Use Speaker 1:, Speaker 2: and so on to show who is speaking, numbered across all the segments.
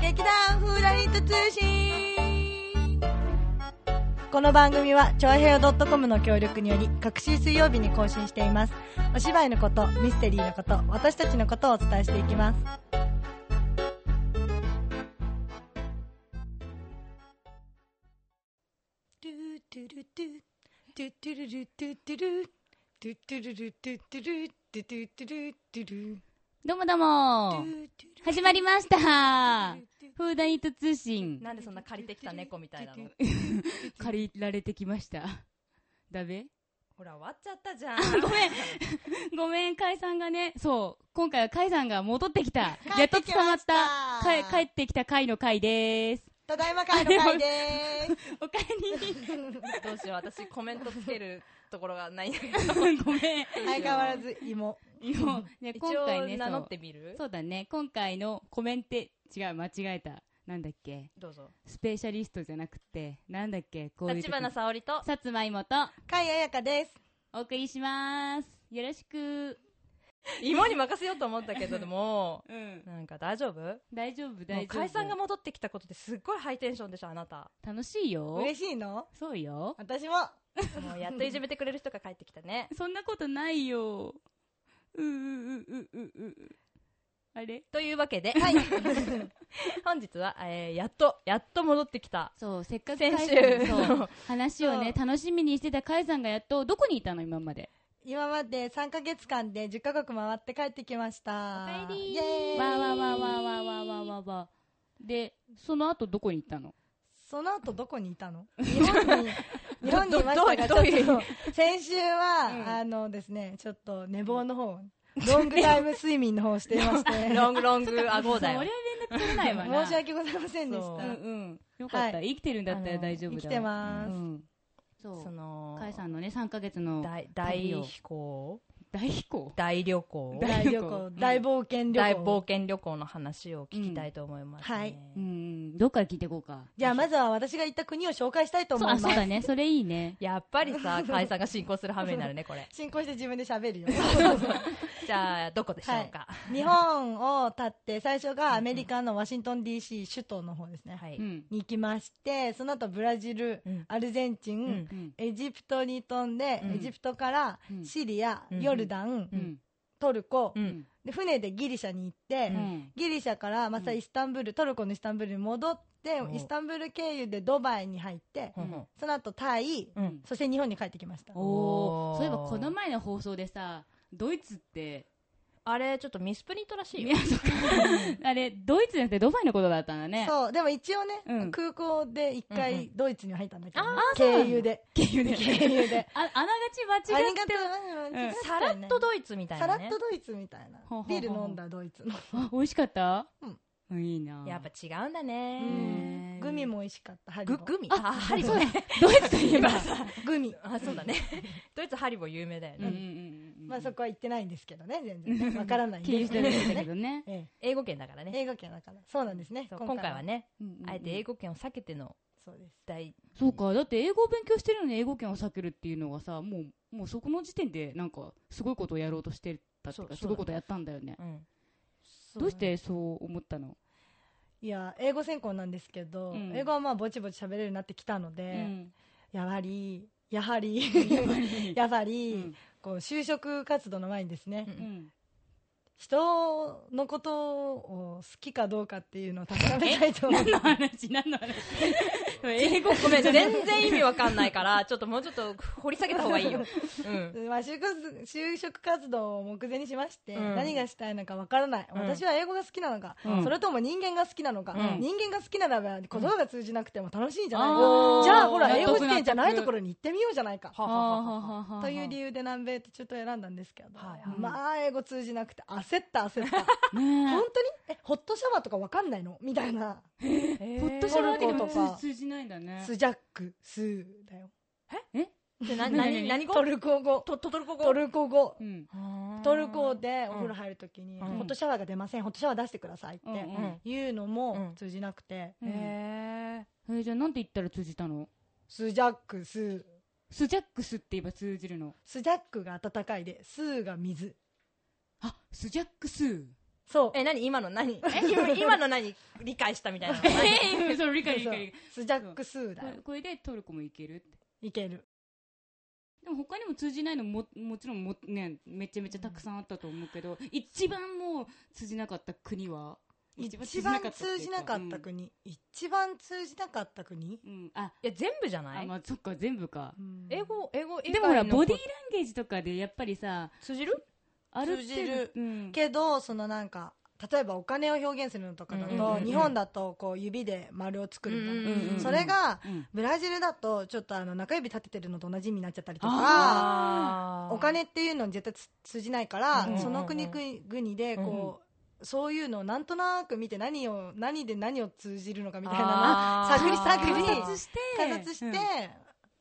Speaker 1: 劇団フーダニット通信この番組は、ちょあへよ .com の協力により、各週水曜日に更新しています。お芝居のこと、ミステリーのこと、私たちのことをお伝えしていきます。トゥトゥルトゥトゥトゥルルトゥトゥルトゥトゥルルトゥトゥルトゥトゥトゥルトゥル
Speaker 2: どうもどうも始まりましたフーダニット通信
Speaker 3: なんでそんな借りてきた猫みたいなの
Speaker 2: 借りられてきましただべ
Speaker 3: ほら終わっちゃったじゃん
Speaker 2: ごめんごめん、カイさんがね、そう、今回はカイさんが戻ってきた。やっと捕まった。
Speaker 1: 帰ってきました
Speaker 2: か帰ってきた回の回です。
Speaker 1: ただいま帰る会でーす。
Speaker 2: おかえ
Speaker 3: どうしよう私コメントつけるところが ない
Speaker 2: り。ごめん。
Speaker 1: 相変わらず芋。
Speaker 2: もうね、
Speaker 3: 一
Speaker 2: 今回
Speaker 3: 応
Speaker 2: ね、
Speaker 3: 名
Speaker 2: そ
Speaker 3: 乗っ
Speaker 2: う
Speaker 3: てみる
Speaker 2: そうだね、今回のコメンテ、違う、間違えた。なんだっけ、
Speaker 3: どうぞ
Speaker 2: スペシャリストじゃなくて、なんだっけ、こういう時。
Speaker 3: 立花沙織と
Speaker 2: さつまいもと、
Speaker 1: 甲斐彩香です。
Speaker 2: お送りします。よろしく。
Speaker 3: 芋に任せようと思ったけど でも
Speaker 2: うん。
Speaker 3: なんか大丈夫
Speaker 2: 大丈夫、
Speaker 3: も
Speaker 2: 大丈夫。
Speaker 3: う解散が戻ってきたことですっごいハイテンションでしょあなた
Speaker 2: 楽しいよ。
Speaker 1: 嬉しいの
Speaker 2: そうよ。
Speaker 1: 私も。
Speaker 3: もうやっといじめてくれる人が帰ってき たね
Speaker 2: そんなことないよ。うううううううう。あれ
Speaker 3: というわけで、本日は、えーやっとやっと戻ってきた
Speaker 2: そう、せっかく
Speaker 3: 先
Speaker 2: カイ
Speaker 3: 週
Speaker 2: さん そう
Speaker 3: の
Speaker 2: 話をね、楽しみにしてたカイさんがやっと、どこにいたの今まで。
Speaker 1: 今まで3ヶ月間で10カ国回って帰ってきました。
Speaker 3: おかえり
Speaker 1: イエーイ
Speaker 2: わーわーわーわーわーわーわーわーわーで、その後どこに行ったの
Speaker 1: その後どこにいた の日本に、日本にいましたが、ち
Speaker 3: ど
Speaker 1: ょっ
Speaker 3: どどういう
Speaker 1: と、先週は、
Speaker 3: うん
Speaker 1: あのですね、ちょっと寝坊の方、ロングタイム睡眠の方をしていまして、
Speaker 3: ロングロング顎だよ
Speaker 2: そりゃ連絡取れないわ な。
Speaker 1: 申し訳ございませんでし
Speaker 3: そう
Speaker 1: た
Speaker 3: な
Speaker 2: う。んうん。よかった。
Speaker 1: は
Speaker 2: 生きてるんだった
Speaker 3: あ
Speaker 2: ら
Speaker 3: の
Speaker 2: 大丈夫だわ。
Speaker 1: 生きてます
Speaker 2: うん。そ。
Speaker 3: そうの
Speaker 2: カイさんのね、3ヶ月の
Speaker 3: 大大飛行
Speaker 2: 大飛行。
Speaker 3: 大旅行
Speaker 2: 大
Speaker 1: 大旅
Speaker 2: う
Speaker 1: 行、
Speaker 2: ん
Speaker 1: 大冒険旅行。
Speaker 3: 大冒険旅行の話を聞きたいと思います、ね
Speaker 1: うんはい
Speaker 2: うんうん。どっから聞いていこうか。
Speaker 1: じゃあまずは私が行った国を紹介したいと
Speaker 2: そう
Speaker 1: 思いま
Speaker 2: あ、
Speaker 1: す
Speaker 2: そう。だね。それいいね。
Speaker 3: やっぱりさ解散が進行する羽目になるね これ
Speaker 1: 進行して自分で喋るよ。
Speaker 3: じゃあどこでしょうか
Speaker 1: 日本を立って、最初がアメリカのワシントン DC 首都の方ですね。
Speaker 3: はい、
Speaker 2: うん。
Speaker 1: に行きまして、その後ブラジル、
Speaker 3: うん
Speaker 1: アルゼンチン、
Speaker 3: うん
Speaker 2: うん。
Speaker 1: エジプトに飛んで、
Speaker 3: うん
Speaker 1: エジプトから
Speaker 2: うん
Speaker 1: シリア、
Speaker 3: うん
Speaker 1: ヨルダン、
Speaker 2: う
Speaker 3: うんん。
Speaker 1: トルコ、
Speaker 3: うん
Speaker 1: で、船でギリシャに行って、
Speaker 3: うん
Speaker 1: ギリシャからまた
Speaker 2: うん
Speaker 1: イスタンブル、トルコのイスタンブルに戻って、
Speaker 3: お
Speaker 1: イスタンブル経由でドバイに入って、
Speaker 3: ほんほん
Speaker 1: その後タイ、
Speaker 3: うん
Speaker 1: そして日本に帰ってきました。
Speaker 2: お
Speaker 3: お
Speaker 2: お。
Speaker 3: ー
Speaker 2: そういえばこの前の放送でさ、ドイツって、
Speaker 3: あれちょっとミスプリントらしい
Speaker 2: い
Speaker 3: よ
Speaker 2: や、そっか。 あれ、ドイツじゃなくてドバイのことだったんだね。う。
Speaker 1: そう、でも一応ね、
Speaker 2: うん
Speaker 1: 空港で一
Speaker 3: うんう
Speaker 1: 回ドイツには入ったんだけどね、
Speaker 3: あー
Speaker 1: 経由で。
Speaker 2: 経由で。
Speaker 1: 経由 で。
Speaker 2: あ、あながち間
Speaker 1: あ
Speaker 2: 違
Speaker 1: り
Speaker 2: っ
Speaker 1: が
Speaker 2: て
Speaker 1: と
Speaker 2: は。
Speaker 1: う間違ってた
Speaker 3: さ
Speaker 1: よ
Speaker 3: ら
Speaker 1: ね
Speaker 3: っとドイツみたい
Speaker 1: さらっ
Speaker 3: なね
Speaker 1: とドイツみたいな
Speaker 2: ほうほうほう
Speaker 1: ビール飲んだドイツの
Speaker 2: あ、美味しかった
Speaker 1: うん
Speaker 2: うん。いいな
Speaker 3: やっぱ違うんだね
Speaker 2: ん
Speaker 1: グミも美味しかったハリ
Speaker 3: グ
Speaker 1: ボ
Speaker 3: グミ
Speaker 2: あ
Speaker 3: あハリボ
Speaker 2: そうだ
Speaker 3: ね
Speaker 2: ドイツといえば。
Speaker 1: グミ
Speaker 3: あそう だねドイツハリボ有名だよ
Speaker 2: うんうん
Speaker 3: ね
Speaker 2: うん。
Speaker 1: まあそこは行ってないんですけどね全 然わからないん
Speaker 2: 経由
Speaker 1: で
Speaker 2: し
Speaker 1: すけど
Speaker 2: てるんだけ
Speaker 1: ね
Speaker 2: どね。
Speaker 1: え
Speaker 3: 英語圏だから
Speaker 1: え
Speaker 3: ね
Speaker 1: 英語圏だからそうなんですね
Speaker 3: そう今回はねあえて英
Speaker 2: 語。
Speaker 3: 語圏を避けての
Speaker 1: そうです
Speaker 3: 大
Speaker 2: そうか。だって英語を勉強してるのに英語圏を避けるっていうのがさ、もう、もうそこの時点でなんか、すごいことをやろうとしてたっていうか、
Speaker 3: そうそうだね
Speaker 2: すごいことやったんだよね。
Speaker 3: うん
Speaker 2: どうしてそう思ったの
Speaker 1: いや英語専攻なんですけど
Speaker 2: うん
Speaker 1: 英語はまあぼちぼち喋れるようになってきたの
Speaker 2: う
Speaker 1: で
Speaker 2: ん。
Speaker 1: やはりやはり
Speaker 2: やっ
Speaker 1: やは
Speaker 2: ぱ
Speaker 1: りこう就職活動の前にですね
Speaker 3: うん
Speaker 1: 人のことを好きかどうかっていうのを確かめたいと思う
Speaker 2: 何の話何の話英語
Speaker 3: ごめん、全然意味わかんないから、ちょっともうちょっと掘り下げた方がいいよ。う ん。
Speaker 1: まあ、就活就職活動を目前にしまして、
Speaker 3: うん
Speaker 1: 何がしたいのかわからない、
Speaker 3: うん
Speaker 1: 私は英語が好きなのか、
Speaker 2: うん
Speaker 1: それとも人間が好きなのか、
Speaker 3: うん
Speaker 1: 人間が好きならば言葉が通じなくても楽しいんじゃないか、
Speaker 2: あー
Speaker 1: じゃあほら
Speaker 2: 納得
Speaker 1: 英語試験じゃない
Speaker 2: 納得
Speaker 1: ところに行ってみようじゃないか、
Speaker 3: はあはあはあはあ
Speaker 1: という理
Speaker 2: 由
Speaker 1: 由で南米と中東を選んだんですけど、
Speaker 3: はいはい
Speaker 1: まあ英語通じなくて焦った焦った
Speaker 2: ね
Speaker 1: 本当にえホットシャワーとかわかんないのみたいな
Speaker 2: え
Speaker 3: え
Speaker 2: ホットシャワー
Speaker 1: ト
Speaker 2: で
Speaker 1: ルコ
Speaker 2: も
Speaker 1: とか
Speaker 2: 通通じないんだね
Speaker 1: スジャックスーだよ
Speaker 3: でな何何語
Speaker 1: トルコ語
Speaker 3: トトトルコ語
Speaker 1: トルコ語
Speaker 2: うん
Speaker 1: トルコでお風呂入るときに、
Speaker 3: うん
Speaker 1: ホットシャワーが出ませんホットシャワー出してくださいって、
Speaker 2: うんうん
Speaker 1: 言うのも通じなくて、
Speaker 2: うん
Speaker 3: へ
Speaker 2: えーじゃあなんて言ったら通じたの
Speaker 1: スジャックス
Speaker 2: スジャックスって言えば通じるの
Speaker 1: スジャックが温かいでスーが水
Speaker 2: あスジャックス
Speaker 1: そう。
Speaker 3: え、何今の何 え今今の何理解したみたいなのない。
Speaker 2: えそう理解理解理解
Speaker 1: スジャックスーだ
Speaker 2: こ。れこれでトルコも行けるって
Speaker 1: いける。
Speaker 2: でも他にも通じないのももちろんも、ね、めちゃめちゃたくさんあったと思うけど、一番もう通じなかった国は
Speaker 1: 一番通じなかった
Speaker 2: 国、
Speaker 1: 国。一番通じなかった国
Speaker 2: うんうんあ
Speaker 3: いや、全部じゃな
Speaker 2: あ
Speaker 3: い
Speaker 2: まあそっか全部か、
Speaker 3: 英語、英語以外
Speaker 2: でもほら
Speaker 3: の
Speaker 2: ボディーランゲージとかでやっぱりさ
Speaker 3: 通じる
Speaker 2: ある程度
Speaker 1: 通じる
Speaker 2: うん、
Speaker 1: けどそのなんか例えばお金を表現するのとかだと、
Speaker 2: うんうんうん
Speaker 1: 日本だとこう指で丸を作るみたいな、
Speaker 3: うん
Speaker 2: うんうん
Speaker 1: それが
Speaker 2: うん
Speaker 1: ブラジルだとちょっとあの中指立ててるのと同じになっちゃったりと
Speaker 2: あ
Speaker 1: か
Speaker 3: あー
Speaker 1: お金っていうのに絶対つ通じないから、
Speaker 2: うんうんうん
Speaker 1: その国々でこう、そういうのをなんとなく見て何を何で何を通じるのかみたいなのを
Speaker 3: あー
Speaker 1: 探り探り
Speaker 2: 観察して
Speaker 1: 観察して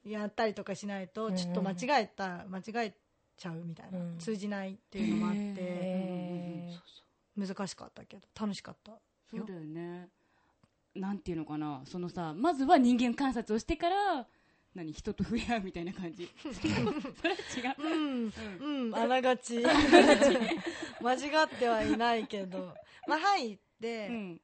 Speaker 1: やったりとかしないとちょっと間違えた間違えちゃうみたいな、
Speaker 3: うん
Speaker 1: 通じないっていうのもあって。
Speaker 3: へー
Speaker 2: そう
Speaker 1: 難しかったけど楽しかった
Speaker 2: うんそうだよねなんていうのかなそのさまずは人間観察をしてから何人と触れ合うみたいな 感じそれは違う
Speaker 1: うんうんあながち間違ってはいないけどまあ入って、
Speaker 2: うん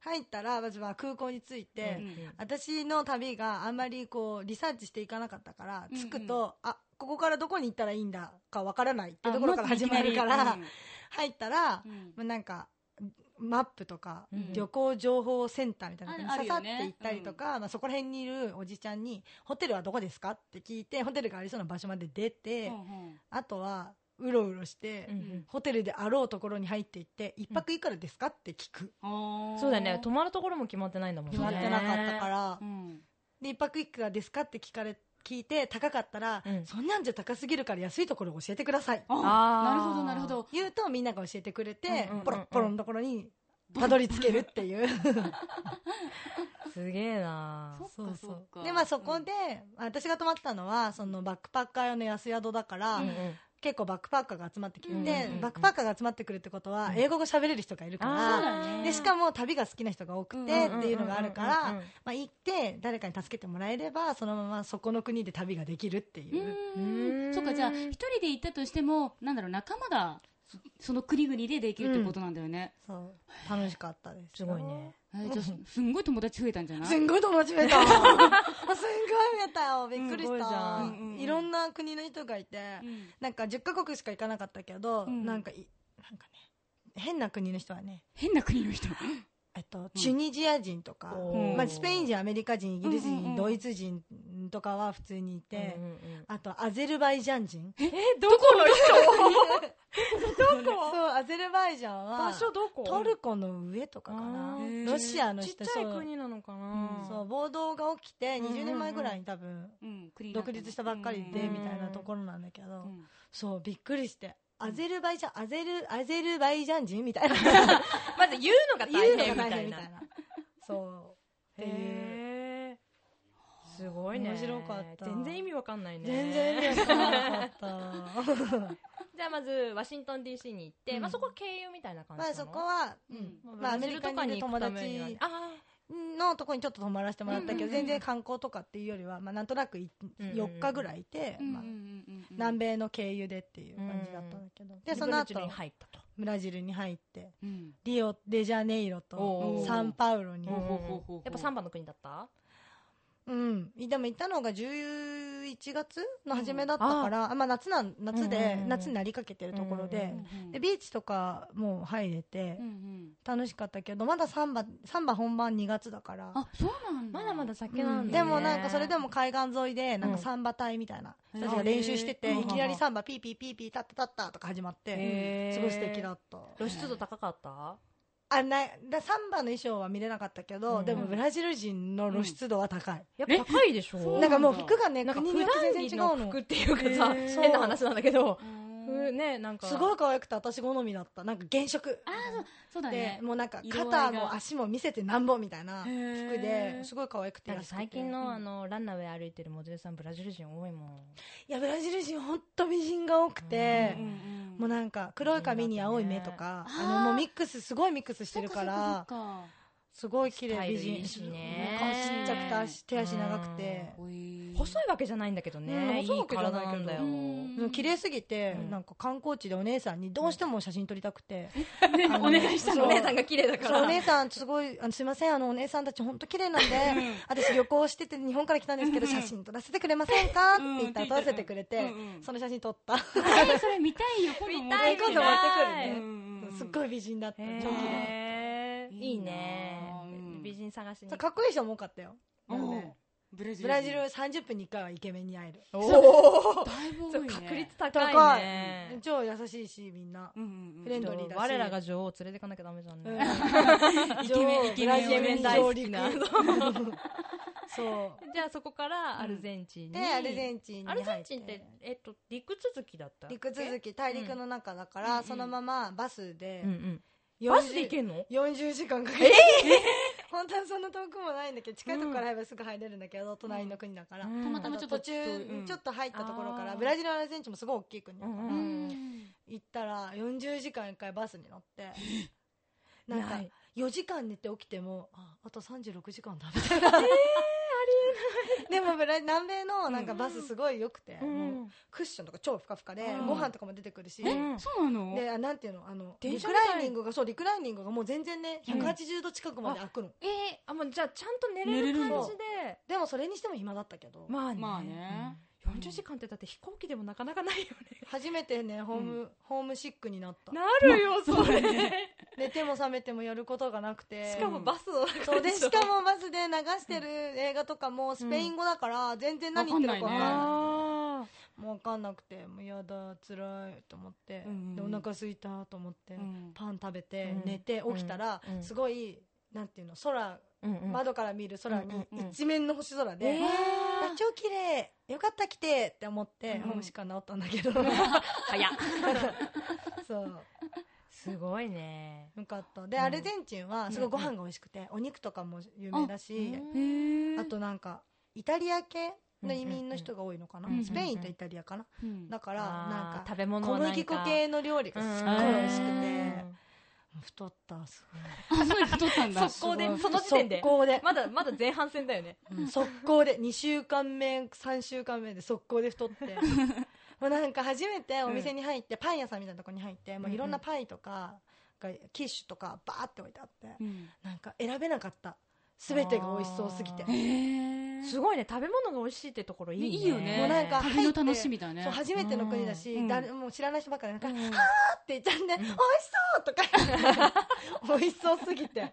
Speaker 1: 入ったらまずは空港に着いて、
Speaker 2: うん
Speaker 1: 私の旅があんまりこうリサーチしていかなかったから
Speaker 2: うんうん
Speaker 1: 着くと、あここからどこに行ったらいいんだかわからないって
Speaker 2: あ
Speaker 1: いうところから
Speaker 2: ず
Speaker 1: 始
Speaker 2: いき
Speaker 1: ま
Speaker 2: なり
Speaker 1: るから、
Speaker 2: うん
Speaker 1: 入ったら、
Speaker 2: うん
Speaker 1: まあ、なんかマップとか、
Speaker 3: うん
Speaker 1: 旅行情報センターみたいなのに
Speaker 2: ある
Speaker 1: 刺さ
Speaker 2: あ
Speaker 1: っ
Speaker 2: る
Speaker 1: て
Speaker 2: よね
Speaker 1: 行ったりとか、まあ、そこら辺にいるおじちゃんにホテルはどこですかって聞いてホテルがありそうな場所まで出て、
Speaker 2: うんうん
Speaker 1: あとはうろうろして、
Speaker 3: うん
Speaker 1: ホテルであろうところに入っていって一泊いくらですかって聞く
Speaker 2: あー
Speaker 3: そうだよね。泊まるところも決まってないんだもんね。
Speaker 1: 決まってなかったから、
Speaker 2: うん
Speaker 1: で一泊いくらですかって聞かれ聞いて高かったら、
Speaker 3: うん
Speaker 1: そんなんじゃ高すぎるから安いところ教えてください
Speaker 2: あ
Speaker 3: あー
Speaker 2: なるほどなるほど
Speaker 1: 言うとみんなが教えてくれて、
Speaker 3: うんうんうん
Speaker 1: ポロッポロのところにたどり着けるって いう。
Speaker 3: すげえな
Speaker 2: そっか
Speaker 1: そうそ
Speaker 2: っか
Speaker 1: うでまあそこで、私が泊まってたのはそのバックパッカー用の安宿だから、
Speaker 2: うん
Speaker 1: 結構バックパッカーが集まってきて、
Speaker 3: うんうんうん
Speaker 1: バックパッカーが集まってくるってことは
Speaker 3: うん
Speaker 1: 英語が喋れる人がいるか
Speaker 3: あー
Speaker 1: ら、
Speaker 2: だ
Speaker 1: でしかも旅が好きな人が多くて
Speaker 2: う
Speaker 1: っていうのがあるから、まあ、行って誰かに助けてもらえればそのままそこの国で旅ができるっていうう、
Speaker 2: ー
Speaker 3: うんん
Speaker 2: そっかじゃあ一人で行ったとしてもなんだろう仲間がその国々でできるってことなんだよね、
Speaker 1: そう楽しかったです
Speaker 3: す
Speaker 1: よ
Speaker 3: ごい
Speaker 2: え
Speaker 3: ね。
Speaker 2: ーじゃあすすんごい友達増えたんじゃない
Speaker 1: すんごい友達増 えたすんごい増えたよびっくり
Speaker 3: すごい
Speaker 1: し
Speaker 3: じ
Speaker 1: た、
Speaker 3: ゃ
Speaker 2: んうんうん
Speaker 1: いろんな国の人がいて、
Speaker 2: うん
Speaker 1: なんか10カ国しか行かなかったけど、
Speaker 2: うん
Speaker 1: なんかいなんかね変な国の人はね、
Speaker 2: 変な国の人
Speaker 1: えっと、チュニジア人とか、
Speaker 2: うん
Speaker 1: まあ、スペイン
Speaker 3: じ
Speaker 1: 人アメリカ人イギリス人、
Speaker 2: うんうんうん
Speaker 1: ドイツ人とかは普通にい
Speaker 3: ゃ
Speaker 1: て、あとアゼルバイジャン人
Speaker 3: え、どこの人どこ
Speaker 1: そうアゼルバイジャンは
Speaker 3: 場所どこ
Speaker 1: トルコの上とかかな
Speaker 3: あ
Speaker 2: ー
Speaker 1: ロシアの
Speaker 3: ちっ
Speaker 1: 人
Speaker 3: ちゃい
Speaker 1: そう
Speaker 3: 国なのか
Speaker 2: う
Speaker 3: なん
Speaker 1: そう暴動が起きて
Speaker 3: うんうんうん
Speaker 1: 20年前ぐらいに多分
Speaker 2: うん国になっ
Speaker 1: 独
Speaker 2: たの
Speaker 1: 立したばっかりで
Speaker 2: うん
Speaker 1: みたいなところなんだけど、
Speaker 2: うん
Speaker 1: そうびっくりして
Speaker 2: ん
Speaker 1: アゼルバイジャンアゼルアゼルバイジャン人み たいな
Speaker 3: まず言うのが
Speaker 1: 言
Speaker 3: 大
Speaker 1: うの
Speaker 3: 変
Speaker 1: が大
Speaker 3: みた
Speaker 1: 変
Speaker 3: い
Speaker 1: み
Speaker 3: な
Speaker 1: たい。な。そう。っていう。
Speaker 3: へーすごいね。
Speaker 1: 面白かった
Speaker 3: 全然意味わかんないね。
Speaker 1: 全然意味わからなかった。
Speaker 3: じゃあまず、ワシントン DC に行って、
Speaker 1: うん
Speaker 3: まあそこは経由みたいな感じ
Speaker 1: ま
Speaker 3: な
Speaker 1: あ
Speaker 3: の
Speaker 1: そこは、
Speaker 2: うん
Speaker 1: うんまあアメリカにいる友達
Speaker 3: ああ
Speaker 1: のとこにちょっと泊まらせてもらったけ
Speaker 2: うんうん
Speaker 1: ど、
Speaker 2: うん
Speaker 1: 全然観光とかっていうよりは、まあなんとなくい
Speaker 3: うんうん
Speaker 1: 4日ぐらいいて、
Speaker 2: うんうん
Speaker 1: まあ
Speaker 2: うんうん
Speaker 1: 南米の経由でっていう感じだったんだけど。で、
Speaker 3: で、
Speaker 1: そ
Speaker 3: そ
Speaker 1: の
Speaker 3: の
Speaker 1: 後
Speaker 3: 後、に入ったと。
Speaker 1: ブラジルに入って、
Speaker 2: うん
Speaker 1: リオデジャネイロと
Speaker 2: おー
Speaker 1: サンパウロに
Speaker 2: ほう。ほうほうほう
Speaker 3: やっぱ3番の国だった
Speaker 1: うん。でも行ったのが11月の初めだったから、あまあ夏なん、夏
Speaker 3: うんう
Speaker 1: で
Speaker 3: んう、ん
Speaker 1: 夏になりかけてるところ
Speaker 3: うんうん
Speaker 1: で
Speaker 3: うん、
Speaker 1: でビーチとかも入れて
Speaker 2: うんうん
Speaker 1: 楽しかったけどまだサンバサンバ本番2月だから、
Speaker 2: あそうなんだ
Speaker 3: まだまだ先
Speaker 1: う
Speaker 3: なんん
Speaker 1: で
Speaker 3: だね。
Speaker 1: もなんかそれでも海岸沿いでなんかサンバ隊みたいな人たちが練習してて
Speaker 3: うん
Speaker 1: いきなりサンバピーピーピーピータッタタッタとか始まって
Speaker 3: へー、
Speaker 1: すごい素敵だった
Speaker 3: 露出度高かった
Speaker 1: あなだサンバの衣装は見れなかったけど、
Speaker 3: うん
Speaker 1: でもブラジル人の露出度は高い、
Speaker 3: やっぱ高いでしょ
Speaker 2: え
Speaker 1: なんかもう服がね
Speaker 3: なんか
Speaker 1: 国
Speaker 3: 普
Speaker 1: によって全
Speaker 3: 段
Speaker 1: 然違
Speaker 3: 着
Speaker 1: う
Speaker 3: の
Speaker 1: の
Speaker 3: 服っていうかさ、
Speaker 2: へー
Speaker 3: 変な話なんだけ
Speaker 2: う、
Speaker 3: どうんんね、なんか。
Speaker 1: すごい可愛くて私好みだったなんか原色
Speaker 2: あーそうそうだ
Speaker 1: で
Speaker 2: ね
Speaker 1: もうなんか
Speaker 2: 色合いが
Speaker 1: 肩も足も見せてなんぼみたいな服ですごい可愛くて
Speaker 3: だって
Speaker 1: 安くて
Speaker 3: 最近
Speaker 2: うん
Speaker 3: のあのランナウェイ歩いてるモデルさんブラジル人多いもん
Speaker 1: いやブラジル人本当美人が多くて
Speaker 2: う、ん
Speaker 1: もうなんか黒い髪に青い目とか、あのもうミックスすごいミックスしてるから
Speaker 2: そっか
Speaker 1: すごい綺
Speaker 3: スタ
Speaker 1: 麗
Speaker 3: イル
Speaker 1: 美人
Speaker 3: いいし
Speaker 1: う
Speaker 3: ね
Speaker 1: ん顔ちっちゃくて足手足長くて
Speaker 2: そっかそっか
Speaker 3: 細いわけじゃないんだけどね、
Speaker 1: うん細いわけじゃないけど
Speaker 3: い体なんだよ
Speaker 2: うん
Speaker 1: でもうん、綺麗すぎて、
Speaker 3: うん
Speaker 1: なんか観光地でお姉さんにどうしても写真撮りたくて、
Speaker 2: ね
Speaker 1: あの
Speaker 2: お願いした
Speaker 1: そう
Speaker 2: の
Speaker 3: お姉さんが綺麗だか
Speaker 1: そう
Speaker 3: ら
Speaker 1: お姉さんすごいあのすいませんあのお姉さんたち本当綺麗なんで私旅行してて日本から来たんですけど
Speaker 2: うんうん
Speaker 1: 写真撮らせてくれませんかって言ったら
Speaker 2: うん
Speaker 1: 撮らせてくれて、
Speaker 2: うんうん
Speaker 1: その写真撮った、
Speaker 2: えーそれ見たいよ今度持って
Speaker 1: 見たい
Speaker 2: く
Speaker 1: 今
Speaker 2: る
Speaker 1: 度持ってくるね
Speaker 2: うんうんうん
Speaker 1: すっごい美人だった
Speaker 3: へー
Speaker 1: 超綺麗
Speaker 3: い
Speaker 2: い
Speaker 3: いね
Speaker 2: いなぁ
Speaker 3: 美人探しに
Speaker 1: そうかっこいい人も多かったよ
Speaker 2: お
Speaker 1: なんで
Speaker 2: ーブラジル
Speaker 1: ブラジル30分に1回はイケメンに会える
Speaker 3: お
Speaker 2: だ
Speaker 3: お
Speaker 2: いぶ多いね
Speaker 3: 確率
Speaker 1: 高
Speaker 3: 高
Speaker 1: い
Speaker 3: いね
Speaker 1: 超優しいしみんな、
Speaker 2: うんうんうん
Speaker 1: フレンドリーだし
Speaker 3: 我らが女王を連れてかなきゃダメじゃん
Speaker 1: うん
Speaker 3: ね、
Speaker 2: イケメンイケメン
Speaker 1: ブラジル上陸
Speaker 3: イケメン
Speaker 1: そう
Speaker 3: じゃあそこからアルゼンチンに、
Speaker 1: でアルゼンチンに
Speaker 3: ア
Speaker 1: 入
Speaker 3: ル
Speaker 1: っ
Speaker 3: ゼンチンって、えっと、陸続きだった
Speaker 1: 陸続き大陸の中だから、
Speaker 2: うん
Speaker 1: そのままバスで
Speaker 3: うんうん
Speaker 1: 40
Speaker 3: バスで行けんの
Speaker 1: 40時間かけて、 本当はそんな遠くもないんだけど近いとこから入ればすぐ入れるんだけど、隣の国だから、
Speaker 3: うん
Speaker 2: たま
Speaker 1: あ
Speaker 2: たま
Speaker 1: の
Speaker 2: ちょっ
Speaker 1: 途
Speaker 2: と
Speaker 1: 中
Speaker 2: うん
Speaker 1: ちょっと入ったところから
Speaker 3: あー
Speaker 1: ブラジルアルゼンチンもすごい大きい国だから、
Speaker 3: うん
Speaker 2: う
Speaker 3: うん
Speaker 2: ん
Speaker 1: 行ったら40時間一回バスに乗ってなんか
Speaker 3: ない
Speaker 1: 4時間寝て起きてもああと36時間だみたいな、でもブラ南米のなんかバスすごい良くて、もうクッションとか超ふかふかで、
Speaker 3: うん
Speaker 1: ご飯とかも出てくるし、
Speaker 3: え
Speaker 2: えそうなの
Speaker 1: であなんていうのあのリク
Speaker 3: 電車みたい
Speaker 1: ライニングがそうリクライニングがもう全然ね
Speaker 2: うん
Speaker 1: 180度近くまで開くの、
Speaker 3: えー、あもうじゃあちゃんと寝
Speaker 2: 寝れ
Speaker 3: れ
Speaker 2: る
Speaker 3: る
Speaker 2: んだ
Speaker 3: 感じで
Speaker 1: でもそれにしても暇だったけど、
Speaker 3: まあね,、
Speaker 2: まあね
Speaker 3: 40時間ってだって飛行機でもなかなかないよね
Speaker 1: 初めてねホーム、ホームシックになった
Speaker 3: なるよそれ、
Speaker 1: 寝ても覚めてもやることがなくて
Speaker 3: しかもバスの中
Speaker 1: そうでしか
Speaker 3: も
Speaker 1: もバスで流してる映画とかもスペイン語だから全然何言ってるか分かんない,、
Speaker 3: あ
Speaker 1: もう分かんなくてもうやだ辛いと思って、
Speaker 2: うんうん
Speaker 1: でお腹空いたと思って、
Speaker 2: うん
Speaker 1: パン食べて、
Speaker 3: うん
Speaker 1: 寝て起きたら、
Speaker 3: うん
Speaker 1: すごいなんていうの空、
Speaker 3: ーうんうん
Speaker 1: 窓から見る空に
Speaker 2: うんうん
Speaker 1: 一面の星空で、
Speaker 3: えー
Speaker 1: あ超綺麗よかった来てって思って、
Speaker 2: うん
Speaker 1: ホームシックは治ったんだけ ど
Speaker 3: 早っ
Speaker 1: そう
Speaker 3: すごいね
Speaker 1: よかったで、
Speaker 3: うん
Speaker 1: アルゼンチンはすごいご飯が美味しくて、お肉とかも有名だし、
Speaker 2: へー
Speaker 1: あとなんかイタリア系の移民の人が多いのかな、
Speaker 3: うんうんうん
Speaker 1: スペインとイタリアかな、
Speaker 2: うん
Speaker 1: だからなんか
Speaker 3: 食べ物
Speaker 1: 小
Speaker 3: はなんか
Speaker 1: 麦粉系の料理がすっごい美味しくて、太ったす
Speaker 2: あそう太ったんだ
Speaker 3: そこで
Speaker 1: ごい
Speaker 3: その時点で
Speaker 1: 速攻で、
Speaker 3: まだまだ前半戦だよね
Speaker 1: うん速攻で2週間目3週間目で速攻で太って もうなんか初めてお店に入って、パン屋さんみたいなとこに入って、もういろんなパイとかがキッシュとかバーって置いてあって、
Speaker 2: うん
Speaker 1: なんか選べなかった全てが美味しそうすぎて
Speaker 3: あ
Speaker 2: へ
Speaker 3: ー
Speaker 2: え
Speaker 3: すごいね食べ物が美味しいってところいいね
Speaker 2: いいよね
Speaker 1: もうなんか
Speaker 2: 旅の楽しみだね
Speaker 1: そう初めての国だし、
Speaker 2: うん
Speaker 1: 誰も知らない人ばっかりだから、
Speaker 3: う
Speaker 1: あーっ
Speaker 3: ん
Speaker 1: て言っちゃんで、美味しそうとか 言って美味しそうすぎて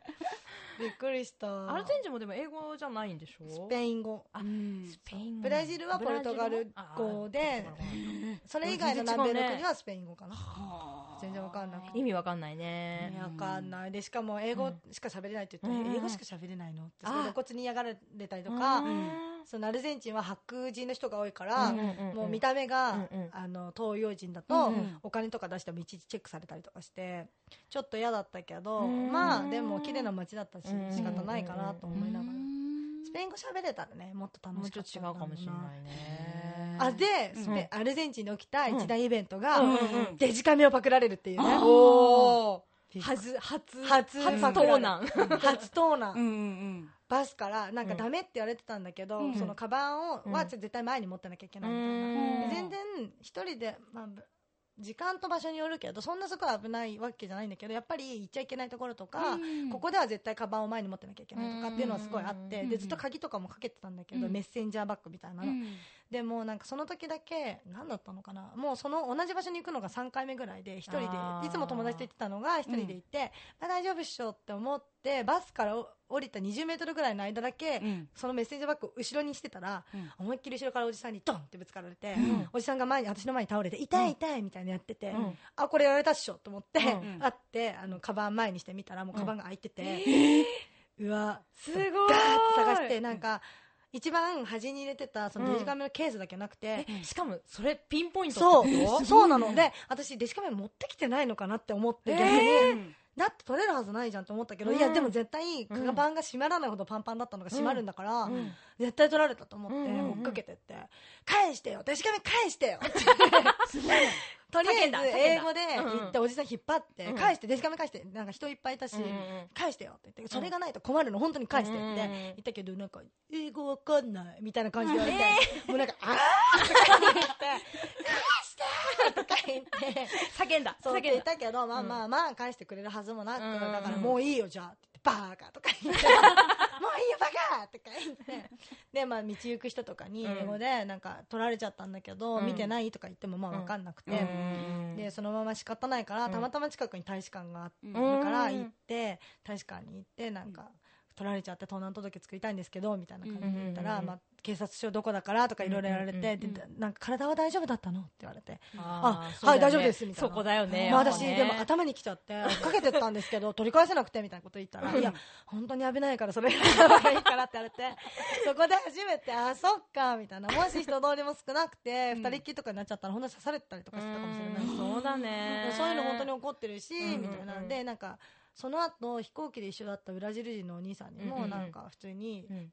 Speaker 1: びっくりした
Speaker 3: アルゼンチンもでも英語じゃないんでしょ
Speaker 1: スペイン語
Speaker 2: あ
Speaker 3: スペイン語
Speaker 1: ブラジルはポルトガル語で
Speaker 3: ブラジルは
Speaker 1: それ以外の南米の国はスペイン語かな、
Speaker 2: はあ
Speaker 1: 全然わかんなく
Speaker 3: あ
Speaker 1: て
Speaker 3: ー意味わかんない
Speaker 1: ね
Speaker 3: ね
Speaker 1: わかんないでしかも英語しか喋れないって言って、
Speaker 3: うん
Speaker 1: 英語しか喋れないのって
Speaker 3: あ
Speaker 1: それ露骨に嫌がられたりとか、
Speaker 3: うん
Speaker 1: そのアルゼンチンは白人の人が多いから、
Speaker 3: んんん
Speaker 1: もう見た目が、
Speaker 3: うんうん
Speaker 1: あの東洋人だ
Speaker 2: う
Speaker 1: と、
Speaker 2: ん
Speaker 1: お金とか出してもいちいちチェックされたりとかしてちょっと嫌だったけど、
Speaker 3: うん
Speaker 1: まあでも綺麗な街だったし
Speaker 3: うん
Speaker 1: 仕方ないかなと思いながら、
Speaker 2: うん
Speaker 1: スペイン語喋れたらねもっと楽
Speaker 3: もう
Speaker 1: し
Speaker 3: ち
Speaker 1: か
Speaker 3: ょ
Speaker 1: っ
Speaker 3: ったと違
Speaker 1: んだろ
Speaker 3: うかもしれないね
Speaker 1: あで、
Speaker 2: うん
Speaker 1: スペアルゼンチンで起きた一大イベントが、
Speaker 2: うんうんうん
Speaker 1: デジカメをパクられるっていうね
Speaker 3: あー
Speaker 1: おーは
Speaker 3: 初初
Speaker 1: 初
Speaker 3: 初盗難
Speaker 1: 初盗難、
Speaker 2: うんうん
Speaker 1: バスからなんかダメって言われてたんだけど、
Speaker 2: うん
Speaker 1: そのカバンを、
Speaker 3: うん
Speaker 1: は絶対前に持ってなきゃいけないみたいな、
Speaker 2: うん
Speaker 1: 全然一人で、まあ、ぶ時間と場所によるけどそんなすごい危ないわけじゃないんだけどやっぱり行っちゃいけないところとか、
Speaker 2: うん
Speaker 1: ここでは絶対カバンを前に持ってなきゃいけないとかっていうのはすごいあって、
Speaker 2: うん
Speaker 1: でずっと鍵とかもかけてたんだけど、
Speaker 2: うん
Speaker 1: メッセンジャーバッグみたいな
Speaker 2: う
Speaker 1: の、
Speaker 2: ん
Speaker 1: でもなんかその時だけ何だったのかなもうその同じ場所に行くのが3回目ぐらいで一人
Speaker 3: あ
Speaker 1: でい
Speaker 3: ー
Speaker 1: つも友達と行ってたのが一人で行って、まあ、大丈夫っしょって思ってバスからお降りた20メートルぐらいの間だけ、
Speaker 2: うん
Speaker 1: そのメッセンジャーバッグを後ろにしてたら、
Speaker 2: うん
Speaker 1: 思いっきり後ろからおじさんにドンってぶつかられて、
Speaker 2: うん
Speaker 1: おじさんが前に私の前に倒れて痛い痛いみたいなのやってて、
Speaker 3: うん
Speaker 1: あこれやられたっしょと思って、
Speaker 3: うん
Speaker 1: あってあのカバン前にしてみたらもうカバンが開いてて、うわ
Speaker 3: すご
Speaker 1: ガ
Speaker 3: い
Speaker 1: ーって探してなんか一番端に入れてたそのデジカメのケースだけなくて、
Speaker 3: えしかもそれピンポイント
Speaker 1: そ
Speaker 3: ってこと
Speaker 1: うそうなので私デジカメ持ってきてないのかなって思って
Speaker 3: えー
Speaker 1: 逆に、だって取れるはずないじゃんと思ったけど、
Speaker 3: うん
Speaker 1: いやでも絶対カバンが閉まらないほどパンパンだったのが閉まるんだから、
Speaker 3: うん
Speaker 1: 絶対取られたと思って、
Speaker 3: うんうんうん
Speaker 1: 追っかけてって返してよデジカメ返してよ って
Speaker 2: すごいね
Speaker 1: とりあえ
Speaker 3: 叫んだ
Speaker 1: ず
Speaker 3: 叫んだ
Speaker 1: 英語で
Speaker 3: うん
Speaker 1: 言っておじさん引っ張って、
Speaker 3: うん
Speaker 1: 返してデジカメ返してなんか人いっぱいいたし、
Speaker 3: うんうん
Speaker 1: 返してよって言ってそれがないと困るの本当に返してって
Speaker 3: うんうんうん
Speaker 1: 言ったけどなんか英語わかんないみたいな感じで言われて、もうなんかあーとか言って返して言って、
Speaker 3: 叫んだ
Speaker 1: そう
Speaker 3: 叫
Speaker 1: っ
Speaker 3: ん
Speaker 1: て言っ
Speaker 3: だ
Speaker 1: たけど、まあまあまあ、返してくれるはずもなく、
Speaker 3: うん
Speaker 1: だからもういいよ、じゃあ、って言ってバーカとか言 って、もういいよ、バカとか言って、で、まあ、道行く人とかに
Speaker 3: うん
Speaker 1: 英語で、なんか、取られちゃったんだけど、
Speaker 3: うん
Speaker 1: 見てないとか言っても、まあ、わかんなくて、
Speaker 3: うん
Speaker 1: で、そのまま仕方ないから、
Speaker 3: うん
Speaker 1: たまたま近くに大使館があって、
Speaker 2: うん
Speaker 1: だから
Speaker 3: うん
Speaker 1: 行って、大使館に行って、なんか、取られちゃって盗難届作りたいんですけど、みたいな感じで言ったら、
Speaker 3: うん
Speaker 1: まあ、警察署どこだからとかいろいろやられて、
Speaker 3: うん
Speaker 2: うん
Speaker 1: でなんか体は大丈夫だったのって言われて、
Speaker 3: あー
Speaker 1: あはい
Speaker 3: そうだよね
Speaker 1: 大丈夫ですみたいな
Speaker 3: そこだよね
Speaker 1: まあ、
Speaker 3: やっぱ
Speaker 1: 私、
Speaker 3: ね
Speaker 1: でも頭に来ちゃって、追っかけてったんですけど、 取り返せなくてみたいなこと言ったら、いや、本当に危ないから、それやった方がいいからって言われて、そこで初めて、あ、そっか、みたいな。もし人通りも少なくて、
Speaker 2: うん
Speaker 1: 二人っきりとかになっちゃったら、ほんと刺されてたりとかしてたかもしれないし
Speaker 3: うんそうだね
Speaker 1: そういうの本当に怒ってるし、
Speaker 3: うん
Speaker 1: みたいな
Speaker 3: うん
Speaker 1: で、なんか、その後、飛行機で一緒だったブラジル人のお兄さんに
Speaker 3: うん
Speaker 1: も、
Speaker 3: うん
Speaker 1: なんか、普通に
Speaker 3: う、ん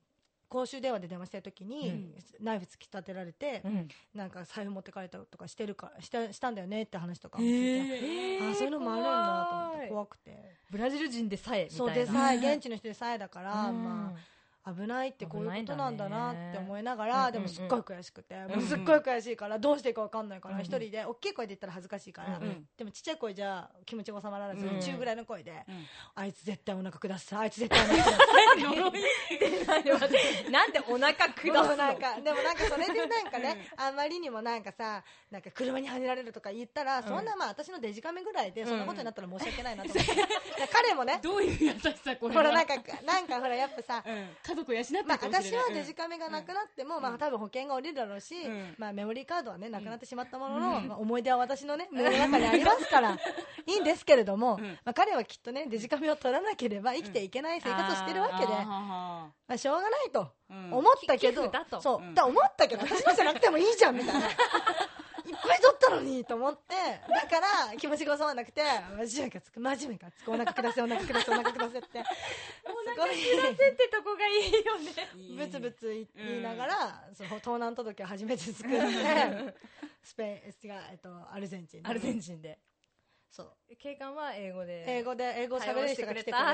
Speaker 1: 公衆電話で電話してる時
Speaker 3: う
Speaker 1: に
Speaker 2: ん、
Speaker 1: ナイフ突き立てられて
Speaker 3: う、ん
Speaker 1: なんか財布持ってかれたとかしてるか、したしたんだよねって話とかも聞いて、
Speaker 2: え
Speaker 1: あそういうのもあるんだと思って
Speaker 3: 怖い
Speaker 1: 怖くて
Speaker 3: ブラジル人でさえみたいな
Speaker 1: そうで
Speaker 2: な
Speaker 1: さえ現地の人でさえだから、
Speaker 3: うん
Speaker 1: まあ、危ないってこういうことなんだなって思いなが
Speaker 3: うん
Speaker 1: ら、
Speaker 3: うん
Speaker 1: でもすっごい悔しくて、もううんすっごい悔しいからどうしていいか分かんないから、
Speaker 3: うん
Speaker 1: 一人で大きい声で言ったら恥ずかしいから、
Speaker 2: うん
Speaker 1: でもちっちゃい声じゃ気持ちが収まらず、
Speaker 3: うん
Speaker 1: 中ぐらいの声で、
Speaker 2: うん、
Speaker 1: あいつ絶対お腹下すあいつ絶対お腹下す
Speaker 3: 呪いなんでお腹下す
Speaker 1: でも
Speaker 3: の
Speaker 1: なんか、でもなんかそれでなんかねあんまりにもなんかさ、なんか車にはねられるとか言ったら、そんなまあ私のデジカメぐらいでそんなことになったら申し訳ないなと思って。彼もね、
Speaker 2: どういう優しさ
Speaker 1: ほ
Speaker 2: これ
Speaker 1: ら
Speaker 2: は
Speaker 1: なんか、なんかほらやっぱさ、
Speaker 2: うん、家族を養ってる
Speaker 1: ま
Speaker 2: か
Speaker 1: あ
Speaker 2: もしれない
Speaker 1: 私はデジカメがなくなっても、まあ多分保険が下りるだろうし
Speaker 2: うん、
Speaker 1: まあメモリーカードはね、なくなってしまったものの、まあ思い出は私のね、胸の中にあります から、いいんですけれども
Speaker 2: うん、
Speaker 1: まあ彼はきっとね、デジカメを取らなければ生きていけない生活をしてるわけで、ま
Speaker 2: わ
Speaker 1: あしょうがないと。
Speaker 2: けで、うん
Speaker 1: 思ったけど、
Speaker 3: 寄付だと
Speaker 1: そう、
Speaker 2: うん
Speaker 1: だから思ったけど、私のじゃなくてもいいじゃんみた いな。いっぱい取ったのにと思って、だから気持ちが収まらなくて、真面目かつく、真面目かつく、お腹下せ、お腹下せ、お 腹下せって、
Speaker 3: お
Speaker 1: す
Speaker 3: 腹
Speaker 1: ご
Speaker 3: 下
Speaker 1: い
Speaker 3: せってとこがいいよね
Speaker 2: いい
Speaker 1: ブツブツ言言いながら、その盗難届を初めて作って、 スペイン、違う、えっと、アルゼンチンで。
Speaker 3: アルゼンチンで
Speaker 1: そう。
Speaker 3: 警官は英語で
Speaker 1: 英語で、英語を喋れる人が来てくれて
Speaker 3: よ。か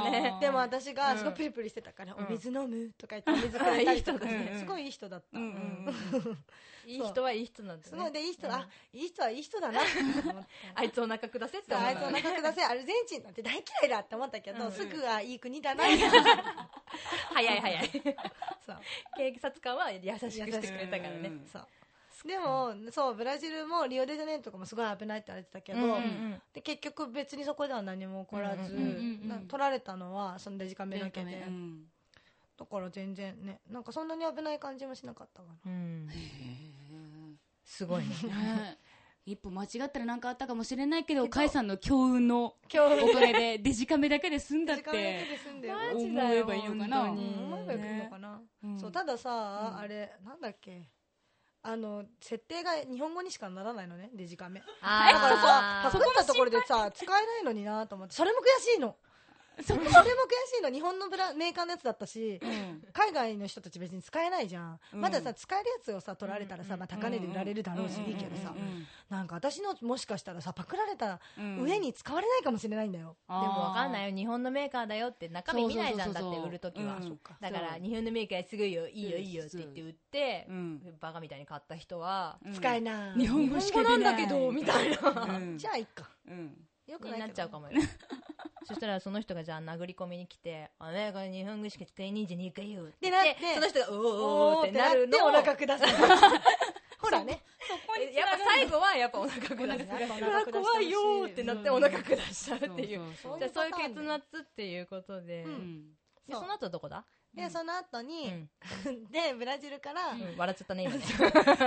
Speaker 3: ったね
Speaker 1: でも私が
Speaker 3: うん
Speaker 1: すごいプリプリしてたから、
Speaker 3: うん
Speaker 1: お水飲むとか言ってお水くれたりとかし
Speaker 2: いい人だ
Speaker 1: て、
Speaker 2: ね
Speaker 1: すごいいい人だった。
Speaker 2: うんうんうん
Speaker 3: いい人はいい人なんだ
Speaker 1: す
Speaker 3: よ
Speaker 1: ごい
Speaker 3: ね
Speaker 1: でいい人
Speaker 3: うん
Speaker 1: だ、あいい人はいい人だ なって思って
Speaker 3: あいつお腹下せって
Speaker 1: そう
Speaker 3: 思
Speaker 1: あ
Speaker 3: う
Speaker 1: いつお腹下せアルゼンチンなんて大嫌いだって思ったけど、
Speaker 3: うん
Speaker 1: すぐはいい国だな
Speaker 3: 早い早 い
Speaker 1: そう
Speaker 3: 警察官は優しくしてくれたからね
Speaker 2: うん
Speaker 1: そうでもそうブラジルもリオデジャネイロとかもすごい危ないって言われてたけど、
Speaker 3: うんうん
Speaker 1: で結局別にそこでは何も起こらず、
Speaker 3: うん
Speaker 2: うんうん
Speaker 1: な取られたのはそのデジカメだけで、
Speaker 2: うん
Speaker 1: だから全然ねなんかそんなに危ない感じもしなかったかな
Speaker 3: うん
Speaker 2: へ
Speaker 3: すごいね
Speaker 2: えねえ一歩間違ったら何かあったかもしれないけど、甲斐さんの強運の
Speaker 1: 今
Speaker 2: おかげでデジカメだけで済んだっ
Speaker 1: デジカメだけ
Speaker 2: て、
Speaker 1: で済んでよ
Speaker 3: マ
Speaker 2: ジ
Speaker 3: ジだよ
Speaker 2: 思えばいいのかな
Speaker 3: 本当
Speaker 1: う
Speaker 3: に
Speaker 1: ん思えばよくいいのかな、
Speaker 2: うん
Speaker 1: そうたださ、
Speaker 2: うん
Speaker 1: あれなんだっけあの設定が日本語にしかならないのねデジカメ
Speaker 3: あ
Speaker 1: だ
Speaker 3: ー
Speaker 1: からさパクっ
Speaker 3: そこ
Speaker 1: たところでさ使えないのになと思ってそれも悔しいの
Speaker 2: そ
Speaker 1: そ
Speaker 2: こ
Speaker 1: れも悔しいの日本のブラメーカーのやつだったし
Speaker 2: うん
Speaker 1: 海外の人たち別に使えないじゃん、
Speaker 2: うん
Speaker 1: まださ使えるやつをさ取られたらさ、まあ、高値で売られるだろうし、
Speaker 2: んん
Speaker 1: いいけどさ、
Speaker 2: うん
Speaker 1: なんか私のもしかしたらさパクられた
Speaker 2: うん
Speaker 1: 上に使われないかもしれないんだよ、
Speaker 2: あー
Speaker 3: でもわかんないよ日本のメーカーだよって中身見ないじゃん
Speaker 2: そう
Speaker 3: だ
Speaker 2: そう
Speaker 3: っ
Speaker 2: そう
Speaker 3: て
Speaker 2: そう
Speaker 3: 売るとき
Speaker 2: う
Speaker 3: は
Speaker 2: ん
Speaker 1: そうか
Speaker 3: だか
Speaker 2: そ
Speaker 3: ら
Speaker 2: う
Speaker 3: 日本のメーカーすごいよいいよ
Speaker 2: うん
Speaker 3: いいよって言って売って
Speaker 2: うん
Speaker 3: バカみたいに買った人は
Speaker 2: うん
Speaker 1: 使えない
Speaker 2: 日本語し
Speaker 3: 日
Speaker 2: か
Speaker 3: 本
Speaker 2: 出
Speaker 3: 語
Speaker 2: な
Speaker 3: ないんだけどみたいな
Speaker 2: うん
Speaker 1: じゃあいっか
Speaker 2: うん
Speaker 1: よく
Speaker 3: に
Speaker 1: ないけど
Speaker 3: なっちゃうかもよそしたらその人がじゃあ殴り込みに来て「あねこれ日本語しか使えねえんじゃねえかよ」って言って
Speaker 1: でなって
Speaker 3: その人が「おーおー
Speaker 1: お
Speaker 3: おー
Speaker 1: ー
Speaker 3: っ
Speaker 1: ってて
Speaker 3: な
Speaker 1: な
Speaker 3: る
Speaker 1: る
Speaker 3: の
Speaker 1: で
Speaker 3: を
Speaker 1: お
Speaker 3: やっ
Speaker 1: 腹下すほらね
Speaker 3: ぱ最後はやっぱお腹下す
Speaker 1: やっぱお腹下し
Speaker 3: う
Speaker 1: た
Speaker 3: わ
Speaker 1: し
Speaker 3: 怖いよーってなってお腹下しちゃうっていう
Speaker 2: そ
Speaker 1: そう
Speaker 2: う
Speaker 3: じ
Speaker 2: そ
Speaker 3: ゃ
Speaker 2: う
Speaker 3: あそういう結末っていうことで、
Speaker 1: う
Speaker 2: うんん
Speaker 3: でその後どこだ、
Speaker 1: でその後
Speaker 3: う
Speaker 1: に、
Speaker 3: ん
Speaker 1: でブラジルから、
Speaker 3: うん笑っちゃったね今ね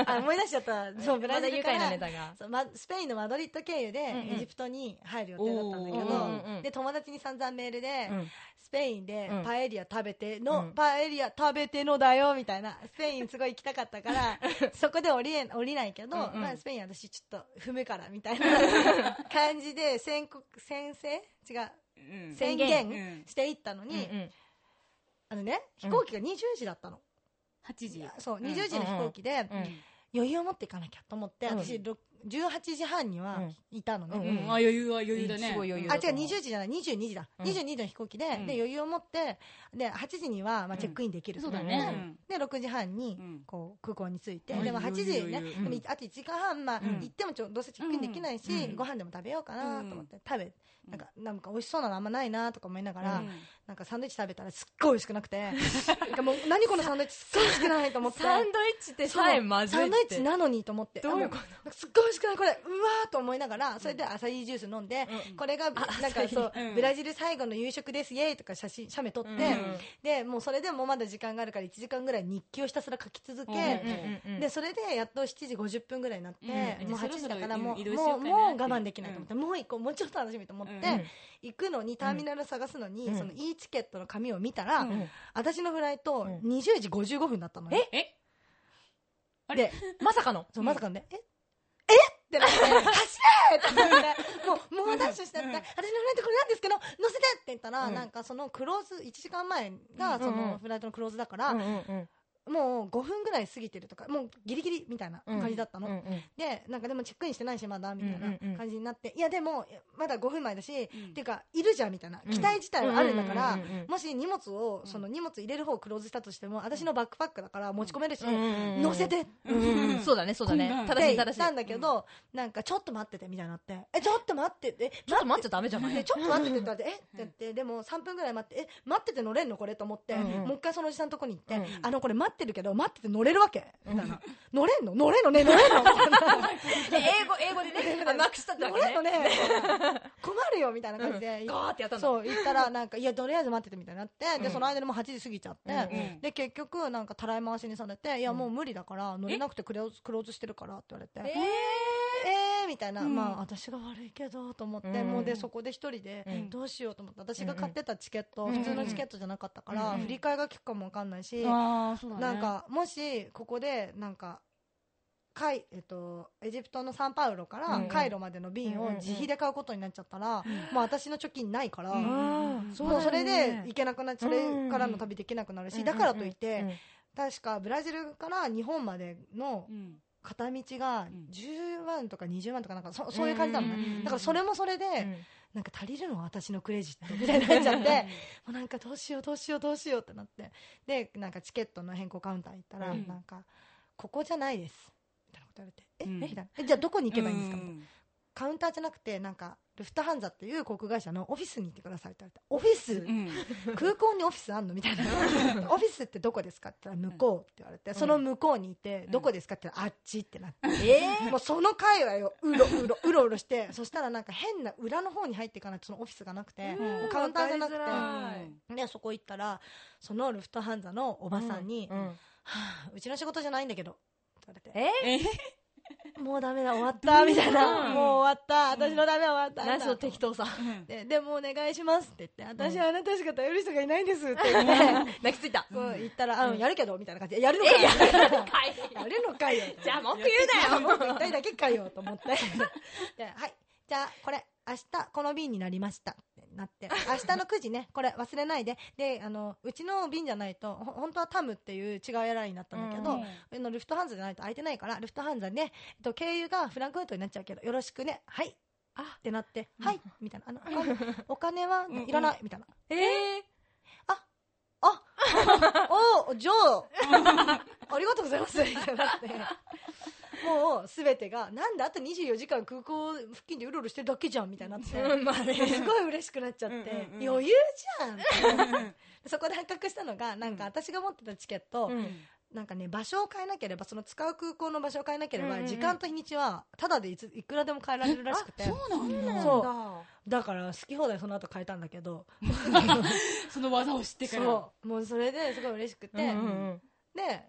Speaker 1: あ思い出しちゃったそうブ
Speaker 3: ま
Speaker 1: ラ
Speaker 3: だ
Speaker 1: ジ
Speaker 3: 愉
Speaker 1: ルか
Speaker 3: 快な
Speaker 1: ら
Speaker 3: ネタが
Speaker 1: そうま、スペインのマドリッド経由で
Speaker 3: うんうん
Speaker 1: エジプトに入る予定だったんだけど、
Speaker 2: おー
Speaker 3: うんうんうん
Speaker 1: で友達に散々メールで、
Speaker 3: うん
Speaker 1: スペインで
Speaker 3: うん
Speaker 1: パエリア食べての、
Speaker 3: うん
Speaker 1: パエリア食べてのだよみたいなスペインすごい行きたかったからそこで降りれん降りないけど、
Speaker 3: うんうん
Speaker 1: まあ、スペイン私ちょっと踏むからみたいな 感じで宣告宣誓違う
Speaker 2: うん
Speaker 1: 宣
Speaker 3: 宣
Speaker 1: 言
Speaker 2: 言
Speaker 1: していったのに、
Speaker 3: うんうん
Speaker 1: あのね
Speaker 3: う
Speaker 1: 飛
Speaker 3: ん
Speaker 1: 行機が20時だったの、
Speaker 2: 8時
Speaker 1: そう
Speaker 2: うん
Speaker 1: 20時の飛行機で、
Speaker 3: うん
Speaker 1: 余裕を持っていかなきゃと思って、
Speaker 3: うん
Speaker 1: 私ろ18時半には
Speaker 3: うん
Speaker 1: いたのね、
Speaker 3: うん
Speaker 2: うん、あ余裕は余裕だね
Speaker 3: すごい余裕
Speaker 1: あ
Speaker 3: だ
Speaker 1: 違う
Speaker 3: と思う
Speaker 1: 20時じゃない22時だ、
Speaker 3: うん
Speaker 1: 22時の飛行機で,、
Speaker 2: うん
Speaker 1: で余裕を持ってで8時にはまあチェックインできる、
Speaker 2: そうだね、
Speaker 1: で6時半に
Speaker 2: うん
Speaker 1: こう空港に着いて、
Speaker 2: うん
Speaker 1: でも8時ね、
Speaker 2: 余裕余裕
Speaker 1: でもいあと1時間半、まあ
Speaker 3: うん
Speaker 1: 行ってもちょどうせチェックインできないし、
Speaker 3: うん
Speaker 1: ご飯でも食べようかなと思って、食べ
Speaker 2: うん
Speaker 1: なんかなんか美味しそうなのあんまないなとか思いなが
Speaker 2: う
Speaker 1: ら、
Speaker 2: ん
Speaker 1: なんかサンドイッチ食べたらすっごい美味しくなくて なんかもう何このサンドイッチすっごい美味しくないと思って
Speaker 3: サンドイッチって
Speaker 1: そう
Speaker 3: さえまずい
Speaker 1: サンドイ
Speaker 3: っ
Speaker 1: ッ
Speaker 3: て
Speaker 1: チなのにと思って
Speaker 3: どういうこ
Speaker 1: あもうすっごい美味しくないこれうわーと思いながらそれでアサイージュース飲んで、
Speaker 3: うん
Speaker 1: これがなんかそう、
Speaker 2: うん
Speaker 1: ブラジル最後の夕食ですイエーイとか写真写メ撮って、
Speaker 3: うん
Speaker 1: でもうそれでもまだ時間があるから1時間ぐらい日記をひたすら書き続け、
Speaker 2: うん
Speaker 3: うんうん
Speaker 1: でそれでやっと7時50分ぐらいになって、
Speaker 2: うん
Speaker 1: もう8時だからもう,、
Speaker 2: そろそろ移動し
Speaker 1: も
Speaker 2: よ
Speaker 1: う
Speaker 2: うかな
Speaker 1: もう我慢できないと思って、もう行こうもうちょっと楽しみと思って、
Speaker 2: うん
Speaker 1: 行くのにターミナル探すのに、
Speaker 3: うん
Speaker 1: その E チケットの紙を見たら、
Speaker 2: うん
Speaker 3: うん
Speaker 1: 私のフライト
Speaker 3: うん
Speaker 1: 20時55分だったのよ、
Speaker 2: えあれ
Speaker 1: で
Speaker 3: まさかの
Speaker 1: そう
Speaker 2: うん
Speaker 1: まさかのね、ええってなって、走れってなって、もう、猛ダッシュしちゃって、
Speaker 2: う
Speaker 1: 私のフライトこれ
Speaker 2: ん
Speaker 1: なんですけど、乗せてって言ったら、
Speaker 3: うん
Speaker 1: なんかそのクローズ、1時間前が
Speaker 3: うん
Speaker 1: そ
Speaker 3: うんう
Speaker 1: の
Speaker 3: ん
Speaker 1: フライトのクローズだから、
Speaker 3: うんうんうん
Speaker 1: もう5分ぐらい過ぎてるとか、もうギリギリみたいな感じだったの。
Speaker 3: うんうん
Speaker 1: で、なんかでもチェックインしてないし、まだ、みたい
Speaker 3: うんうんう
Speaker 1: なん感じになって、いやでも、まだ5分前だし、っ
Speaker 2: うん
Speaker 1: ていうか、いるじゃん、みたいな
Speaker 3: う。ん
Speaker 1: 機体自体はあるんだから、
Speaker 3: うんうんうんうん
Speaker 1: もし荷物を、その荷物入れる方をクローズしたとしても、私のバックパックだから持ち込めるし、
Speaker 3: うんうんうん
Speaker 1: 乗せて
Speaker 3: うんうんうんそうだねそうだね
Speaker 2: こんなん
Speaker 1: って
Speaker 3: 正しい
Speaker 1: 言
Speaker 3: 正
Speaker 1: っ
Speaker 3: しい
Speaker 1: たんだけど、なんかちょっと待っててみたいになって、え、ちょっと待ってて、え、
Speaker 3: ちょっと待っちゃダメじゃな
Speaker 1: で
Speaker 3: い
Speaker 1: ちょっと待っててって言われて、えって言って、でも3分ぐらい待って、え、待ってて乗れんのこれと思って、
Speaker 3: うんうん
Speaker 1: もう一回そのおじさんのとこに行って、
Speaker 3: うん
Speaker 1: あの、これ待ってるけど、待ってて乗れるわけみたいな。乗れんの乗れんのね乗 れんのみたいな。
Speaker 3: 英語英語で ねあなくしたってわ
Speaker 1: 乗
Speaker 3: け
Speaker 1: れんの
Speaker 3: ね
Speaker 1: ね みたいな困るよみたいな感じで。
Speaker 3: ガーってやったんだ
Speaker 1: そう、行ったら、なんか、いや、とりあえず待っててみたいになって、で、その間にもう8時過ぎちゃって、
Speaker 3: うん
Speaker 2: うん
Speaker 1: で、結局、なんか、たらい回しにされて、いや、もう無理だから、乗れなくてクローズクローズしてるからって言われて。
Speaker 3: え
Speaker 1: えーみたいな、
Speaker 2: うん
Speaker 1: まあ私が悪いけどと思って、
Speaker 3: うん
Speaker 1: もうでそこで一人で
Speaker 3: うん
Speaker 1: どうしようと思って、私が買ってたチケット、
Speaker 3: うん
Speaker 1: 普通のチケットじゃなかったから、
Speaker 3: うん
Speaker 1: 振り替えが効くかもわかんないし、
Speaker 2: ああそうだね
Speaker 1: なんかもしここでなんかカイ、えっと、エジプトのサンパウロか
Speaker 3: う
Speaker 1: ら
Speaker 3: ん
Speaker 1: カイロまでの便を自費で買うことになっちゃったら、もう私の貯金ないから、
Speaker 2: うん
Speaker 3: あー
Speaker 1: もうそれで
Speaker 3: ね
Speaker 1: 行けなくなっちゃう、それからの旅できなくなるし、だからといって、確かブラジルから日本までの
Speaker 2: うん
Speaker 1: 片道が
Speaker 2: ん
Speaker 1: 10万とか20万とかなんかそそういう感じなの
Speaker 3: うんうんうんう
Speaker 1: ね
Speaker 2: ん
Speaker 1: だからそれもそれで、
Speaker 3: うん
Speaker 1: なんか足りるのは私のクレジットみたいになっちゃってもうなんかどうしようどうしようどうしようってなってでなんかチケットの変更カウンター行ったら、
Speaker 2: うん
Speaker 1: なんかここじゃないですみたいなこと言われて、え
Speaker 2: うん
Speaker 1: えみたいなえじゃあどこに行けばいいんですか
Speaker 2: う
Speaker 1: みたいなカウンターじゃなくてなんかルフトハンザっていう航空会社のオフィスに行ってくださいって言われてオフィス、
Speaker 2: うん
Speaker 1: 空港にオフィスあんのみたいなオフィスってどこですかって言ったら向こうって言われて、その向こうにいて、
Speaker 2: うん
Speaker 1: どこですかって言ったらあっちってなって、
Speaker 3: え
Speaker 1: もうその界隈をうろうろうろうろしてそしたらなんか変な裏の方に入っていかないとそのオフィスがなくて、
Speaker 2: うん
Speaker 1: カウンターじゃなくて
Speaker 3: わかりづらい
Speaker 1: でそこ行ったらそのルフトハンザのおばさんに「
Speaker 3: う
Speaker 1: は
Speaker 3: ん
Speaker 1: あうちの仕事じゃないんだけど」って言われて
Speaker 2: え
Speaker 3: え
Speaker 1: 「もうダメだ終わった」みたいな「
Speaker 2: うん
Speaker 1: もう終わった私のダメは終わった」
Speaker 3: 何その適当さ
Speaker 1: ででもお願いしますって言って、私はあなたしか頼る人がいないんですって 言って、
Speaker 3: 泣きついた
Speaker 1: そう
Speaker 2: うん
Speaker 1: 言ったら、あの、やるけどみたいな感じで、やるのかよ やるのかよ
Speaker 3: じゃあ
Speaker 1: もう
Speaker 3: 文句言うな
Speaker 1: 文句
Speaker 3: よ
Speaker 1: 言いたいだけかよと思って。ではい。じゃあ、これ、明日、この便になりました。ってなって。明日の9時ね、これ忘れないで。で、あの、うちの便じゃないと、ほ本当はタムっていう違うエアラインだったんだけど、
Speaker 3: うん
Speaker 1: あのルフトハンザじゃないと空いてないから、ルフトハンザで、えっと、経由がフランクフルトになっちゃうけど、よろしくね。はい。
Speaker 3: あ
Speaker 1: ってなって、はい。みたいな。あの、お金お金は
Speaker 2: うん
Speaker 1: いらない。みたいな。
Speaker 3: え
Speaker 1: おじゃあ、ありがとうございます。みたいになって。もう、すべてが、なんであと24時間空港付近でうろうろしてるだけじゃんみたいになって。
Speaker 3: うんまあ
Speaker 1: す
Speaker 3: ね
Speaker 1: ごい嬉しくなっちゃって、
Speaker 2: うんうんうん
Speaker 1: 余裕じゃんって思ってそこで発覚したのが、なんか私が持ってたチケット、
Speaker 3: うん
Speaker 1: なんかね、場所を変えなければ、その使う空港の場所を変えなけれ
Speaker 3: うん
Speaker 1: ば、
Speaker 3: うんうん
Speaker 1: 時間と日にちは、ただでいついくらでも変えられるらしくて。
Speaker 2: そうなんだ
Speaker 1: そう
Speaker 3: なんだ
Speaker 1: だから、好き放題その後変えたんだけど、
Speaker 2: その技を知ってから
Speaker 1: そう、もうそれですごい嬉しくて、
Speaker 3: うんうんうん
Speaker 1: で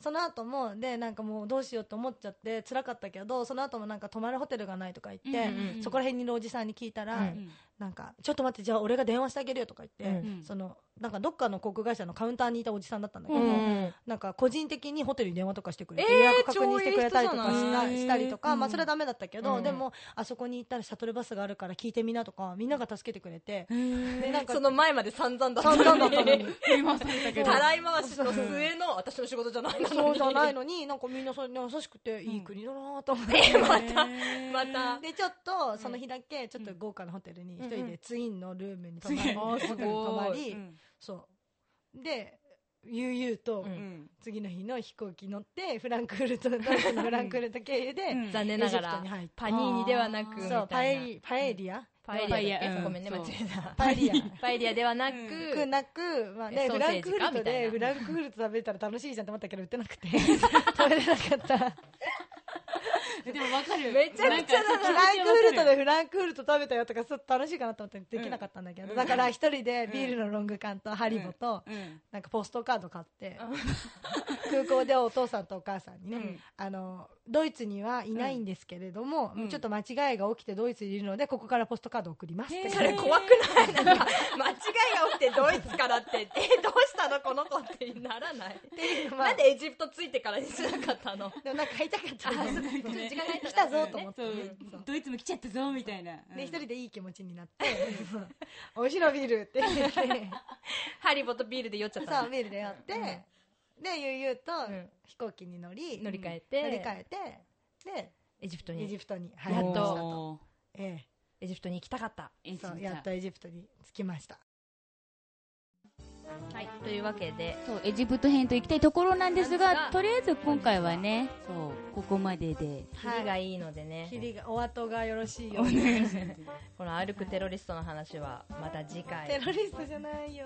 Speaker 1: その後もでなんかもうどうしようと思っちゃって辛かったけどその後もなんか泊まるホテルがないとか言って、
Speaker 2: うんうんうん
Speaker 1: そこら辺にいるおじさんに聞いたら、
Speaker 3: うん
Speaker 2: うん
Speaker 1: なんかちょっと待ってじゃあ俺が電話してあげるよとか言って、
Speaker 2: うん
Speaker 1: そのなんかどっかの航空会社のカウンターにいたおじさんだったんだけど、
Speaker 2: うん
Speaker 1: なんか個人的にホテルに電話とかしてくれて、
Speaker 3: えー
Speaker 1: 予約確認してくれたりとか
Speaker 3: 超いい
Speaker 1: し
Speaker 2: 人じゃ
Speaker 1: た
Speaker 2: ない
Speaker 1: したりとか、
Speaker 2: うん
Speaker 1: まあ、それはダメだったけど、
Speaker 3: うん
Speaker 1: でもあそこに行ったらシャトルバスがあるから聞いてみなとかみんなが助けてくれて
Speaker 2: え
Speaker 1: なんか
Speaker 3: その前まで散々だった
Speaker 1: 散々だったのに
Speaker 2: 振り回されたけど
Speaker 3: たらい回しの末 の私の仕事じゃないのに
Speaker 1: そうじゃない
Speaker 3: の
Speaker 1: のになんかみんなそれに優しくていい国だなと思って。
Speaker 3: また
Speaker 2: へー
Speaker 3: また
Speaker 1: でちょっとその日だけちょっと豪華なホテルに一人でツインのルームに泊まり、
Speaker 2: うん
Speaker 1: ホテルに泊まり、
Speaker 2: うん
Speaker 1: そうで悠々と
Speaker 3: う
Speaker 2: う
Speaker 3: ん
Speaker 2: ん
Speaker 1: 次の日の飛行機乗ってフランクフルトドイツのフランクフルト経由で、
Speaker 2: うん
Speaker 3: 残念ながら
Speaker 1: 入って
Speaker 3: パニーニではなく
Speaker 2: うん
Speaker 1: そうパエ
Speaker 3: リ
Speaker 1: リパエリア、
Speaker 3: パエリアだ
Speaker 2: パ
Speaker 3: っけ
Speaker 2: エリアうん
Speaker 3: ごめんね間
Speaker 2: そ
Speaker 3: 違
Speaker 2: う
Speaker 3: えた
Speaker 1: パエリア
Speaker 3: パエリアではなく
Speaker 2: う
Speaker 1: くなく、まあね、
Speaker 3: ソ
Speaker 1: フ
Speaker 3: ー
Speaker 1: ラ
Speaker 3: セ
Speaker 1: ン
Speaker 3: ー
Speaker 1: ク
Speaker 3: ジ
Speaker 1: フ
Speaker 3: か
Speaker 1: ルトでフ
Speaker 3: みた
Speaker 1: ランクフルト食べたら楽しいじゃんって思ったけど売ってなくて食べれなかったフ
Speaker 2: でもわかる
Speaker 3: めちゃくちゃだな
Speaker 1: ランクフルトでフランクフルト食べたよとかちょっと楽しいかなと思ってできなかったんだけど、
Speaker 2: うん
Speaker 1: だから一人でビールのロング缶とハリボと、
Speaker 2: うん
Speaker 1: なんかポストカード買って、空港でお父さんとお母さんにね、
Speaker 3: うん
Speaker 1: あのドイツにはいないんですけれども、
Speaker 2: うん
Speaker 1: ちょっと間違いが起きてドイツにいるのでここからポストカード送りますって
Speaker 2: へー
Speaker 3: それ怖くないなんか間違いが起きてドイツから ってえどうしたのこの子ってならない
Speaker 1: まあ
Speaker 3: なんでエジプトついてからにしなかったの
Speaker 1: でもなんか会いたかった
Speaker 3: あ
Speaker 1: ね
Speaker 3: そっかちょっと時間が
Speaker 1: 来たぞと思って、
Speaker 2: そう
Speaker 1: ねそう
Speaker 2: ドイツも来ちゃったぞみたいな
Speaker 1: で一人でいい気持ちにな って「おいしろビール」って 言って
Speaker 3: ハリボとビールで酔っちゃっ
Speaker 1: さ
Speaker 3: た
Speaker 1: あ
Speaker 3: の
Speaker 1: ビールでやって、でゆうゆうと
Speaker 3: うん
Speaker 1: 飛行機に乗り、
Speaker 3: 乗り換え
Speaker 1: 乗り
Speaker 3: て
Speaker 1: 換えてで
Speaker 3: エジプト
Speaker 1: エ
Speaker 3: に
Speaker 1: ジプトに
Speaker 2: うん
Speaker 1: 入
Speaker 3: や
Speaker 1: り
Speaker 3: っ
Speaker 1: ましたと、
Speaker 2: おー
Speaker 1: え
Speaker 3: エジプトに行きたかった
Speaker 2: え
Speaker 1: え、
Speaker 2: ー
Speaker 1: そう
Speaker 2: じゃあ
Speaker 1: やっとエジプトに着きました
Speaker 3: はいというわけで
Speaker 2: そうエジプト編と行きたいところなんです
Speaker 3: なん
Speaker 2: が
Speaker 3: ですが
Speaker 2: とりあえず今回はねそうここまでで
Speaker 3: キリがいいのでね
Speaker 1: キリがお後がよろしいよ
Speaker 2: お
Speaker 1: うに
Speaker 2: 願いします
Speaker 3: この歩くテロリストの話はまた次回
Speaker 1: テロリストじゃないよ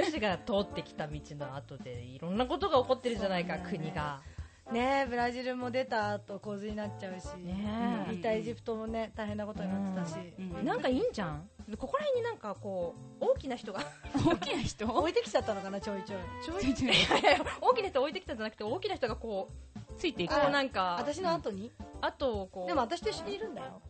Speaker 3: お 主が通ってきた道の後でいろんなことが起こってるじゃないか、国が
Speaker 1: ねえブラジルも出た後洪水になっちゃうし、
Speaker 3: ね
Speaker 2: え
Speaker 1: いたエジプトもね大変なことになってたし、
Speaker 2: うん
Speaker 3: なんかいいんじゃんここら辺になんかこう大きな人が
Speaker 2: 大きな人
Speaker 1: 置いてきちゃったのかなちょいちょいちょい
Speaker 2: ちょいちょい
Speaker 3: 大きな人置いてきたんじゃなくて大きな人がこう
Speaker 2: ついていく
Speaker 3: こ
Speaker 1: あ
Speaker 3: うなんか
Speaker 1: 私の後に、
Speaker 3: あとこう
Speaker 1: でも私と一緒にいるんだよ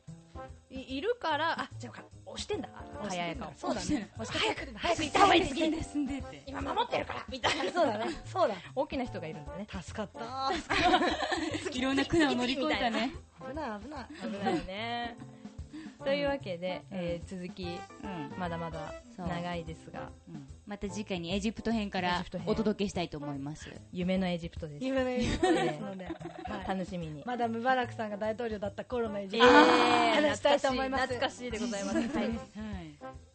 Speaker 3: いいるからあじゃあ押してんだ早いかも
Speaker 1: そうだね
Speaker 3: 早く早く行った
Speaker 2: た
Speaker 3: 方
Speaker 2: わ
Speaker 3: がい
Speaker 2: い
Speaker 3: い
Speaker 2: つ
Speaker 3: 次
Speaker 2: ですんでって
Speaker 3: 今守ってるからみたいな
Speaker 1: そうだねそうだ
Speaker 3: 大きな人がいるんだね
Speaker 1: 助かった
Speaker 2: いろんな苦難を乗り越えたね
Speaker 1: 危ない危ない
Speaker 3: 危ないよねというわけで、えー続き
Speaker 2: うん
Speaker 3: まだまだ
Speaker 2: そう
Speaker 3: 長いですが
Speaker 2: うんまた次回にエジプト編か
Speaker 3: エジ
Speaker 2: ら
Speaker 3: プト編
Speaker 2: お届けしたいと思います
Speaker 3: 夢のエジプトです
Speaker 1: 夢のエジプトですので、はい、
Speaker 3: 楽しみに、
Speaker 1: まだムバラクさんが大統領だった頃のエジ
Speaker 3: え
Speaker 1: プト、
Speaker 3: ー
Speaker 1: 話したいと思います
Speaker 3: 懐かしい懐かしいでございます、はい、
Speaker 2: はい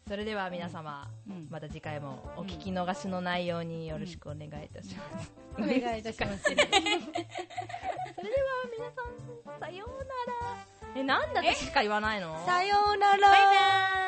Speaker 3: それでは皆様、
Speaker 2: うん
Speaker 3: また次回もお聞き逃しのないようによろしくお願いいたします、
Speaker 1: お願いいたします
Speaker 3: それでは皆さんさようならえなんで私しか言わないの
Speaker 1: さようなら
Speaker 3: バイバーイ